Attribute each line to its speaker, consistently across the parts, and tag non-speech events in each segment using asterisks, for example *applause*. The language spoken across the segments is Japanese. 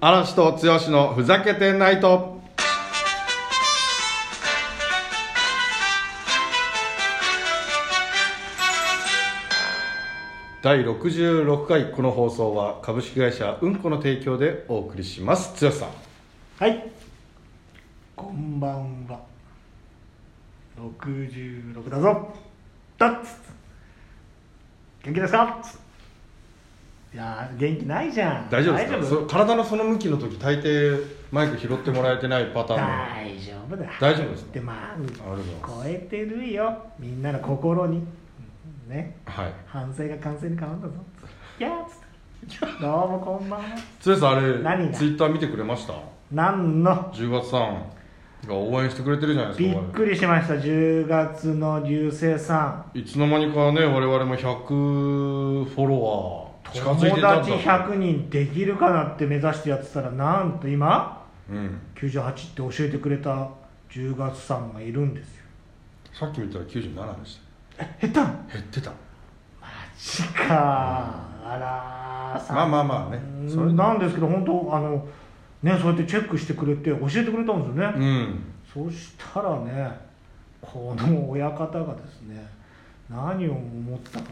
Speaker 1: 嵐と剛のふざけてないと。第66回この放送は株式会社うんこの提供でお送りします剛さん
Speaker 2: はいこんばんは66だぞだっつ元気ですかついやー元気ないじゃん
Speaker 1: 大丈夫ですか
Speaker 2: 大
Speaker 1: そ体のその向きの時大抵マイク拾ってもらえてないパターン
Speaker 2: 大丈夫だ
Speaker 1: 大丈夫ですか
Speaker 2: でまあ
Speaker 1: がとうござい
Speaker 2: 超えてるよみんなの心にね
Speaker 1: のはい
Speaker 2: 反省が完成に変わったぞいやーつってどうもこんばんは
Speaker 1: 剛さんあれ
Speaker 2: 何が
Speaker 1: ツイッター見てくれました
Speaker 2: なんの
Speaker 1: 10月さんが応援してくれてるじゃないで
Speaker 2: び
Speaker 1: すか
Speaker 2: っくりしました10月の流星さん
Speaker 1: いつの間にかね我々も100フォロワー近
Speaker 2: 友
Speaker 1: づいてたん
Speaker 2: 達
Speaker 1: だ
Speaker 2: 100人できるかなって目指してやってたらなんと今
Speaker 1: うん
Speaker 2: 98って教えてくれた10月さんがいるんですよ
Speaker 1: さっき見たら97でし
Speaker 2: え減ったん
Speaker 1: た減ってた
Speaker 2: マジかあらーさ
Speaker 1: まあまあまあね
Speaker 2: うん
Speaker 1: それ
Speaker 2: なんですけど本当あのねそうやってチェックしてくれて教えてくれたんですよね、
Speaker 1: うん
Speaker 2: そしたらねこの親方がですね何を思ったか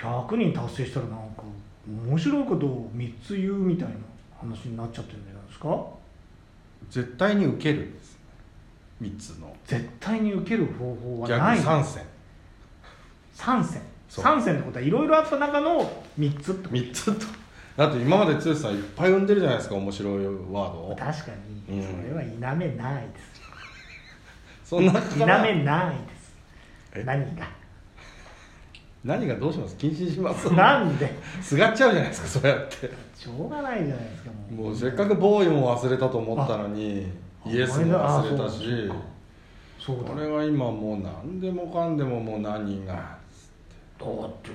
Speaker 2: 100人達成したらなんか面白いことを3つ言うみたいな話になっちゃってるんじゃないですか
Speaker 1: 絶対に受ける3つの
Speaker 2: 絶対に受ける方法は
Speaker 1: 逆
Speaker 2: ない
Speaker 1: 参戦
Speaker 2: 3選
Speaker 1: そう
Speaker 2: 3選ってことはいろいろあった中の3つってこ
Speaker 1: 3つとだって今まで剛さんいっぱい生んでるじゃないですか面白いワード
Speaker 2: と
Speaker 1: を
Speaker 2: 確か
Speaker 1: う
Speaker 2: に
Speaker 1: ん
Speaker 2: それは否めないです、
Speaker 1: そ *laughs* んな
Speaker 2: 否
Speaker 1: 中か
Speaker 2: め
Speaker 1: ら
Speaker 2: ないで
Speaker 1: え
Speaker 2: す何が
Speaker 1: 何がどうします禁止します
Speaker 2: なんです
Speaker 1: がっちゃうじゃないですかそうやって
Speaker 2: しょうがないじゃないですかも
Speaker 1: も
Speaker 2: う
Speaker 1: うせっかくボーイも忘れたと思ったのにイエスも忘れたし
Speaker 2: そうだ
Speaker 1: これは今もう何でもかんでももう何が
Speaker 2: だって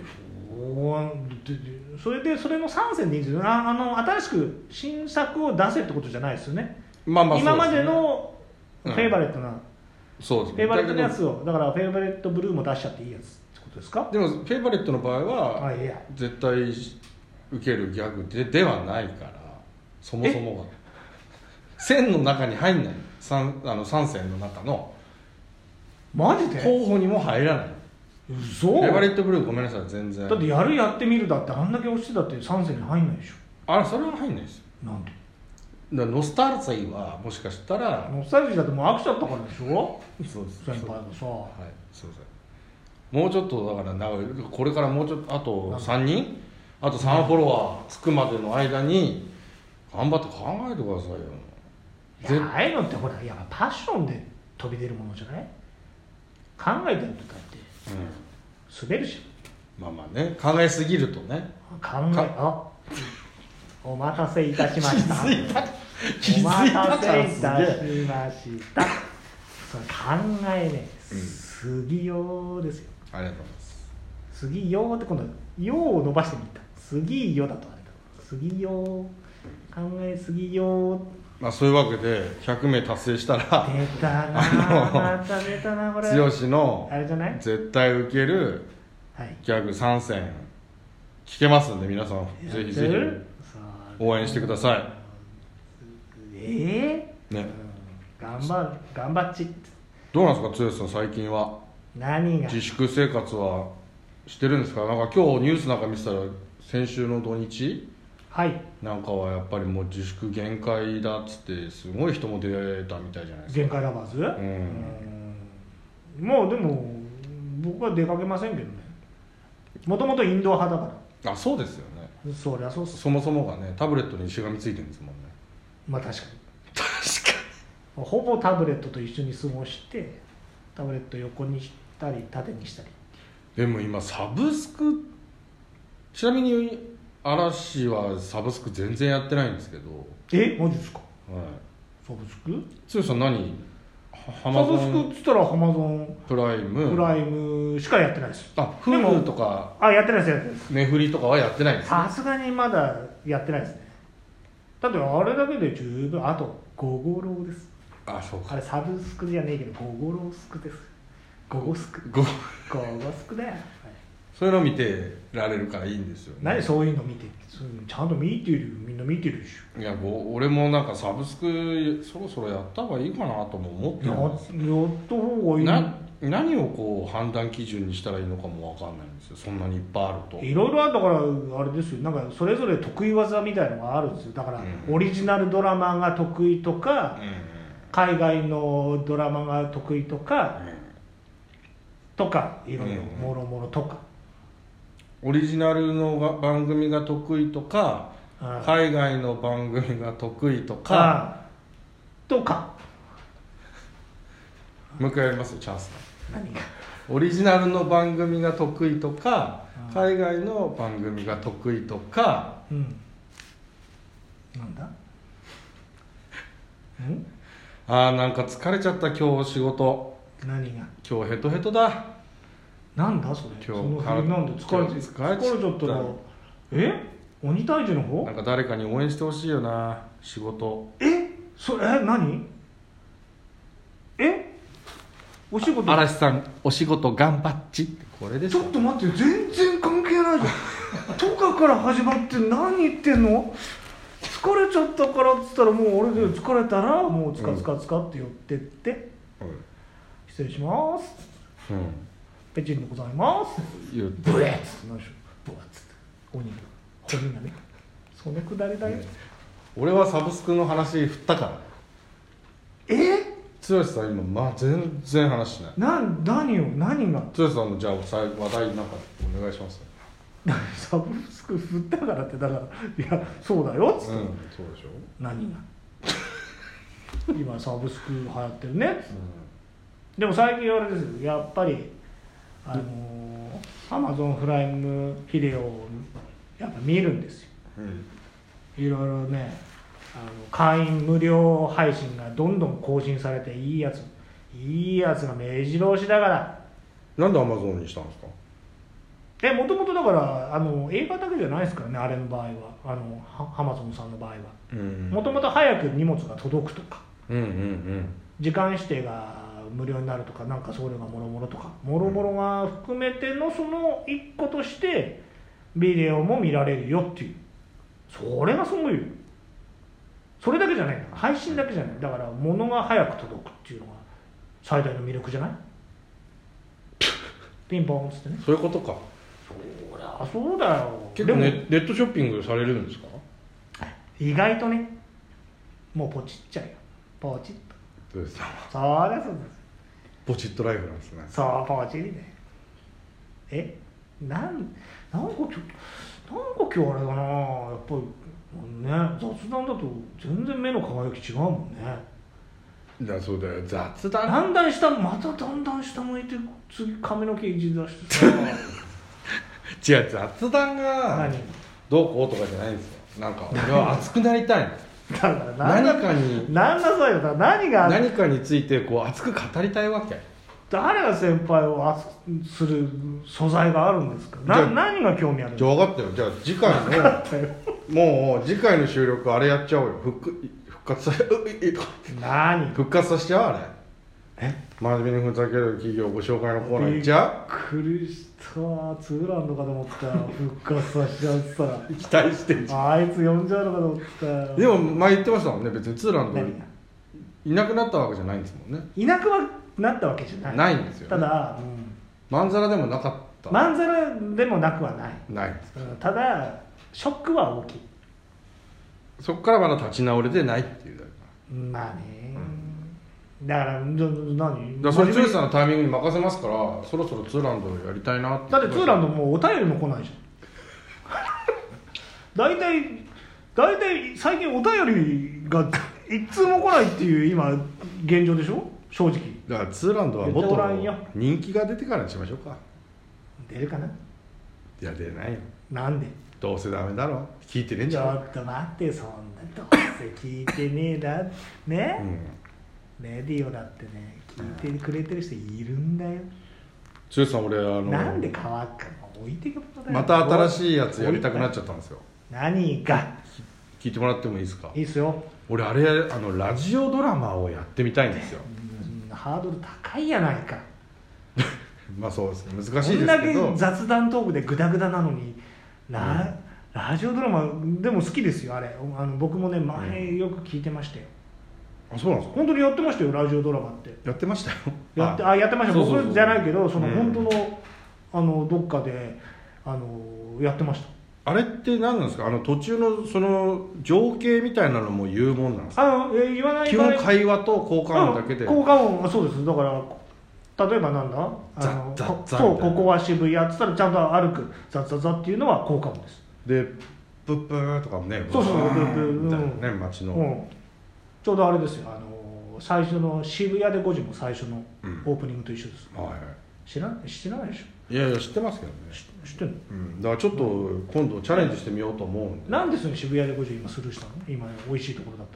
Speaker 2: そうででそれでそれの3選でいいんですよああの新しく新作を出せってことじゃないですよね
Speaker 1: まあまあ
Speaker 2: 今
Speaker 1: そう
Speaker 2: ま
Speaker 1: すね
Speaker 2: でのフ
Speaker 1: うん
Speaker 2: ェイバレットな、
Speaker 1: そうです
Speaker 2: フ
Speaker 1: ね
Speaker 2: ェイバレットのや
Speaker 1: だけ
Speaker 2: つをだからフェイバレットブルーも出しちゃっていいやつってことですか
Speaker 1: どでもフェイバレットの場合
Speaker 2: あ
Speaker 1: はい
Speaker 2: や
Speaker 1: 絶対受けるギャグでではないからそもそもが線の中に入んない三あの三線の中の
Speaker 2: マジで
Speaker 1: 候補にも入らない
Speaker 2: 嘘
Speaker 1: フェイバレ
Speaker 2: だ
Speaker 1: ットブルーごめんなさい全然
Speaker 2: ってやるやってみるだってあんだけ押してたって3選に入んないでしょ
Speaker 1: あそれは入んないですよ
Speaker 2: なんで
Speaker 1: だからノスタルジーはもしかしたら
Speaker 2: ノスタルジーだってもう飽きちゃったからでしょ
Speaker 1: そうです
Speaker 2: 先輩がさ
Speaker 1: はい、すいませんもうちょっとだから長いこれからもうちょっとあと3人あと3フォロワーつくまでの間に頑張って考えてくださいよ
Speaker 2: い
Speaker 1: ぜ
Speaker 2: やああいうのってほらやっぱパッションで飛び出るものじゃない考えてるとかって
Speaker 1: う
Speaker 2: 滑るじ
Speaker 1: ん、まあまあね考えすぎるとね
Speaker 2: ゃん考えあお待たせいたしました
Speaker 1: 気づいた気づ
Speaker 2: お待
Speaker 1: いた
Speaker 2: た
Speaker 1: か
Speaker 2: せ
Speaker 1: ら
Speaker 2: い
Speaker 1: すげ
Speaker 2: た
Speaker 1: え
Speaker 2: しましたそれ考えねすぎようですよ
Speaker 1: ありがとうございます
Speaker 2: すぎようって今度「よう」を伸ばしてみたすぎよだとあれだすぎよう考えすぎよう
Speaker 1: まあそういうわけで100名達成したら
Speaker 2: 出た
Speaker 1: あ
Speaker 2: な
Speaker 1: の *laughs*
Speaker 2: あまた出たなこれ
Speaker 1: 剛の
Speaker 2: あれじゃない
Speaker 1: 絶対ウケる
Speaker 2: はい
Speaker 1: ギャグ3選聞けますんで皆さん
Speaker 2: やって
Speaker 1: ぜ
Speaker 2: る
Speaker 1: ひぜひ応援してくださ
Speaker 2: え
Speaker 1: い
Speaker 2: え
Speaker 1: ね
Speaker 2: 頑張る頑張っち
Speaker 1: どうなんですか剛さん最近は
Speaker 2: 何が
Speaker 1: 自粛生活はしてるんですかなんか今日ニュースなんか見てたら先週の土日
Speaker 2: はい
Speaker 1: なんかはやっぱりもう自粛限界だっつってすごい人も出たみたいじゃないです
Speaker 2: 限
Speaker 1: か
Speaker 2: 界ラバーズ
Speaker 1: ん
Speaker 2: うんもうでも僕は出かけませんけどねもともとインドア派だか
Speaker 1: あそうですよね
Speaker 2: らそりゃそうっす
Speaker 1: そもそもがねタブレットにしがみついてるんですもんね
Speaker 2: まあ確か
Speaker 1: 確か
Speaker 2: にほぼタブレットと一緒に過ごしてタブレット横にしたり縦にしたり
Speaker 1: でも今サブスクちなみに嵐はサブスク全然やってないんですけど、
Speaker 2: えマジですか
Speaker 1: はい、
Speaker 2: サブスク
Speaker 1: 剛さん何ハ
Speaker 2: サ
Speaker 1: マゾ
Speaker 2: ブスクっ
Speaker 1: ン
Speaker 2: つったらハマゾン
Speaker 1: プライム
Speaker 2: プライムしかやってないです
Speaker 1: あ Hulu とか
Speaker 2: あやってないですやってないです
Speaker 1: ネフリとかはやってないんです
Speaker 2: さすがにまだやってないですねだってあれだけで十分あとゴゴロウです
Speaker 1: あそう
Speaker 2: あれサブスクじゃねえけどゴゴロウスクですゴゴスク
Speaker 1: ご
Speaker 2: ゴゴスクだよ、はい
Speaker 1: そういうのを見てられるからいいんですよ、ね、
Speaker 2: 何そういうの見てそういうのちゃんと見てるよみんな見てるでしょ
Speaker 1: いやご俺もなんかサブスクそろそろやった方がいいかなとも思って
Speaker 2: や
Speaker 1: る
Speaker 2: や
Speaker 1: ん
Speaker 2: っ
Speaker 1: です
Speaker 2: た方がいい
Speaker 1: な何をこう判断基準にしたらいいのかも分かんないんですよそんなにいっぱいあると
Speaker 2: いろいろあるだからあれですよなんかそれぞれ得意技みたいのがあるんですよだから
Speaker 1: うん
Speaker 2: オリジナルドラマが得意とか
Speaker 1: うんうん
Speaker 2: 海外のドラマが得意とか
Speaker 1: う
Speaker 2: とかいろいろ
Speaker 1: うん
Speaker 2: もろもろとか、
Speaker 1: んオリジナルのが番組が得意とか
Speaker 2: うん
Speaker 1: 海外の番組が得意とか
Speaker 2: かとか
Speaker 1: もう一回やりますよチャンス
Speaker 2: 何が
Speaker 1: オリジナルの番組が得意とか
Speaker 2: うん
Speaker 1: 海外の番組が得意とか
Speaker 2: うんなんだん
Speaker 1: あーなんか疲れちゃった今日仕事
Speaker 2: 何が
Speaker 1: 今日ヘトヘトだ
Speaker 2: なんだそれ
Speaker 1: 今日
Speaker 2: その
Speaker 1: から
Speaker 2: 振りなんで疲れて
Speaker 1: 今日疲れちゃった
Speaker 2: 疲れちゃったらえ鬼退治の方
Speaker 1: なんか誰かに応援してほしいよな仕事
Speaker 2: えそれえ何えお仕事
Speaker 1: 嵐さんお仕事頑張っちってこれで
Speaker 2: ち
Speaker 1: す
Speaker 2: ょ
Speaker 1: よ
Speaker 2: っと待って全然関係ないじ *laughs* ゃんとかから始まって何言ってんの疲れちゃったからっつったらもう俺で疲れたらもうつかつかつかって寄ってって、
Speaker 1: う
Speaker 2: 失礼します
Speaker 1: ん、
Speaker 2: ペチンでございます
Speaker 1: 言う
Speaker 2: ブエッつって何でしょブエッつって鬼が鬼がねそのくだりだよ、
Speaker 1: 俺はサブスクの話振ったから
Speaker 2: え
Speaker 1: 剛さん今、まあ、全然話しない
Speaker 2: なん何を何が *laughs*
Speaker 1: 剛さんのじゃあさい話題なんかお願いします
Speaker 2: サブスク振ったからってだからいやそうだよっつって、
Speaker 1: そうでしょ、
Speaker 2: 何が *laughs* 今サブスク流行ってるねっつって
Speaker 1: う
Speaker 2: でも最近あれですよやっぱりあのアマゾンプライムビデオをやっぱ見るんですよ
Speaker 1: んうん、
Speaker 2: いろいろねあの会員無料配信がどんどん更新されていいやついいやつが目白押しだから
Speaker 1: なんでアマゾンにしたんですか
Speaker 2: でもともとだからあの映画だけじゃないですからねあれの場合はあのハアマゾンさんの場合は
Speaker 1: うん
Speaker 2: もともと早く荷物が届くとか
Speaker 1: うんうん
Speaker 2: 時間指定が無料になるとかなんか送料がもろもろとかもろもろが含めてのその一個としてビデオも見られるよっていうそれがすごいよそれだけじゃないんだ配信だけじゃないだから物が早く届くっていうのが最大の魅力じゃない *laughs* ピンポンっつってね
Speaker 1: そういうことか
Speaker 2: そりゃそうだよ
Speaker 1: 結構
Speaker 2: でも
Speaker 1: ネネットショッピングされるんですか
Speaker 2: 意外とねもうポチっちゃうよポチっと
Speaker 1: 剛さんは
Speaker 2: そうですそうです
Speaker 1: ポチッとライフなんですね
Speaker 2: そう、ポチリね。え、なん、なんか今日、なんか今日あれだな、やっぱり、ね、雑談だと全然目の輝き違うもんね。
Speaker 1: だそうだよ雑談
Speaker 2: だんだん下、まただんだん下向いて、次髪の毛いじり出して
Speaker 1: *laughs*
Speaker 2: さ。
Speaker 1: 違う雑談が
Speaker 2: 何
Speaker 1: どうこうとかじゃないんですよなんか俺は熱くなりたいの
Speaker 2: だから何
Speaker 1: 何かに
Speaker 2: なんだそうよ、だから何が、
Speaker 1: 何かについてこう熱く語りたいわけ
Speaker 2: 誰が先輩を熱くする素材があるんですか
Speaker 1: じゃ
Speaker 2: な
Speaker 1: あ
Speaker 2: 何が興味あるんで
Speaker 1: じ
Speaker 2: す
Speaker 1: ゃ
Speaker 2: か
Speaker 1: あ分かったよじゃあ次回
Speaker 2: *laughs*
Speaker 1: の
Speaker 2: だよ
Speaker 1: もう次回の収録あれやっちゃおうよ復活復活さういいとか
Speaker 2: 何
Speaker 1: 復活させちゃうあれ
Speaker 2: え
Speaker 1: 真面目にふざける企業ご紹介のコーナー行っちゃ
Speaker 2: びっくりしたツーランドかと思ったよ復活させちゃっ
Speaker 1: *laughs*
Speaker 2: て
Speaker 1: う期待してんじ
Speaker 2: たらあいつ呼んじゃうのかと思ったよ
Speaker 1: ゃんでも前言ってましたもんね別にツーランド
Speaker 2: 何が
Speaker 1: いなくなったわけじゃないんですもんね
Speaker 2: いなくはなったわけじゃない
Speaker 1: ないんですよね
Speaker 2: ただ、
Speaker 1: まんざらでもなかった
Speaker 2: まんざらでもなくはない
Speaker 1: ない
Speaker 2: うんただショックは大きい
Speaker 1: そこからまだ立ち直れてないっていうだけ
Speaker 2: まあね、だからじゃあ何
Speaker 1: だからそれ剛さんのタイミングに任せますからそろそろツーランドやりたいなって
Speaker 2: だってツーランドもうお便りも来ないじゃん *laughs* 大体大体最近お便りが一通も来ないっていう今現状でしょ正直
Speaker 1: だからツーランドはもっ
Speaker 2: 絶対おらんよ
Speaker 1: と人気が出てからにしましょうか
Speaker 2: 出るかない
Speaker 1: や出ないよ
Speaker 2: なんで
Speaker 1: どうせダメだろ聞いてねえん
Speaker 2: ち
Speaker 1: じ
Speaker 2: ょ
Speaker 1: ゃん
Speaker 2: っと待ってそんなどうせ聞いてねえだ
Speaker 1: う
Speaker 2: ね
Speaker 1: ん
Speaker 2: レディオだってね聞いてくれてる人いるんだよ
Speaker 1: 剛さん俺あの
Speaker 2: なんで乾くの置いてくことだよ
Speaker 1: また新しいやつやりたくなっちゃったんですよ
Speaker 2: 何が
Speaker 1: 聞いてもらってもいいですか
Speaker 2: いいっすよ、
Speaker 1: 俺あれあのラジオドラマをやってみたいんですよ
Speaker 2: うんハードル高いやないか
Speaker 1: まあそうですね難し
Speaker 2: こ
Speaker 1: いで
Speaker 2: ん
Speaker 1: す
Speaker 2: だ
Speaker 1: け
Speaker 2: け
Speaker 1: ど
Speaker 2: 雑談トークでグダグダなのにラ,、
Speaker 1: うん
Speaker 2: ラジオドラマでも好きですよあれあの僕もね前よく聞いてましたよ、
Speaker 1: あそうなんですか
Speaker 2: 本当にやってましたよラジオドラマって
Speaker 1: やってましたよ
Speaker 2: やって
Speaker 1: あ
Speaker 2: あやってました
Speaker 1: そうそうそう
Speaker 2: 僕じゃないけどその
Speaker 1: うん
Speaker 2: 本当の,、あのどっかであのやってまし
Speaker 1: あれって何なんですかあの途中のその情景みたいなのも言うもんなんですか
Speaker 2: たあの、えー言わない
Speaker 1: 基
Speaker 2: 場合
Speaker 1: 本会話と交換音だけで
Speaker 2: あ効果音あそうですだから例えばなんだあ
Speaker 1: ザ
Speaker 2: の
Speaker 1: ッザッ
Speaker 2: こ
Speaker 1: ザッ
Speaker 2: そう
Speaker 1: みたい
Speaker 2: こ
Speaker 1: な
Speaker 2: こは渋谷っつったらちゃんと歩くザッザッザッっていうのは効果音です
Speaker 1: でプップーとかもね
Speaker 2: そうそう
Speaker 1: ブワーン
Speaker 2: ブッブッブッ
Speaker 1: みたいなね街
Speaker 2: う
Speaker 1: の
Speaker 2: ん、ちょうどあれですよあの最初の渋谷で5時の最初の
Speaker 1: うん
Speaker 2: オープニングと一緒です、
Speaker 1: は
Speaker 2: 知らん知らないでし
Speaker 1: いいやいや知ってますけどね
Speaker 2: ょ知知ってんの
Speaker 1: うんだからちょっと今度チャレンジしてみようと思うんで
Speaker 2: なんでその渋谷で5時今スルーしたの今美味しいところだっ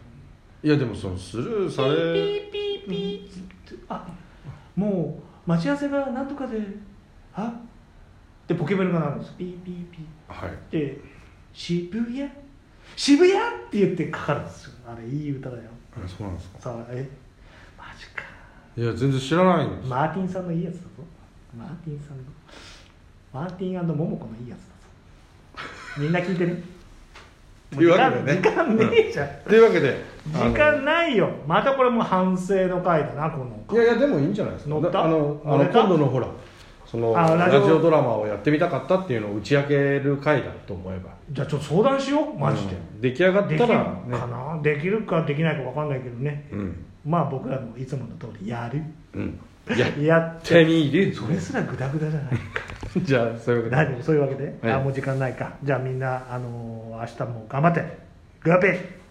Speaker 2: た
Speaker 1: いやでもそのスルーさ
Speaker 2: のに
Speaker 1: れ
Speaker 2: ピーピーピーピーってあもう待ち合わせがなんとかであってポケベルが鳴るんですピーピーピー
Speaker 1: はい
Speaker 2: で渋谷渋谷って言ってかかるんですよあれいい歌だよ
Speaker 1: あそうなんですか
Speaker 2: さあえマジか
Speaker 1: いや全然知らないんです
Speaker 2: マーティンさんのいいやつだぞマーティンさんのマーティンモモコのいいやつだぞみんな聞
Speaker 1: *laughs*
Speaker 2: いてね
Speaker 1: というわけでね
Speaker 2: 時間時間ねえじゃん、
Speaker 1: というわけであの
Speaker 2: 時間ないよまたこれもう反省の回だなこの
Speaker 1: いやいやでもいいんじゃないですか
Speaker 2: 乗った
Speaker 1: あのあ
Speaker 2: 乗
Speaker 1: の
Speaker 2: れた
Speaker 1: 今度のほらその
Speaker 2: あラ
Speaker 1: ラ
Speaker 2: ジ
Speaker 1: ジ
Speaker 2: オ
Speaker 1: オドラマをやってみたかったっていうのを打ち明ける回だと思えば
Speaker 2: じゃあちょっと相談しようマジで、
Speaker 1: うん出来上がっ
Speaker 2: でき
Speaker 1: た
Speaker 2: る
Speaker 1: らね
Speaker 2: かな、できるかできないか分かんないけどね
Speaker 1: うん
Speaker 2: まあ僕らのいつもの通りやる
Speaker 1: うんやっ
Speaker 2: やって
Speaker 1: てみる
Speaker 2: それすらグダグダじゃないか
Speaker 1: *laughs* じゃあそういうわけで
Speaker 2: 何そういうわけで、
Speaker 1: はい
Speaker 2: あもう時間ないかじゃあみんな、あのー明日も頑張ってグラペー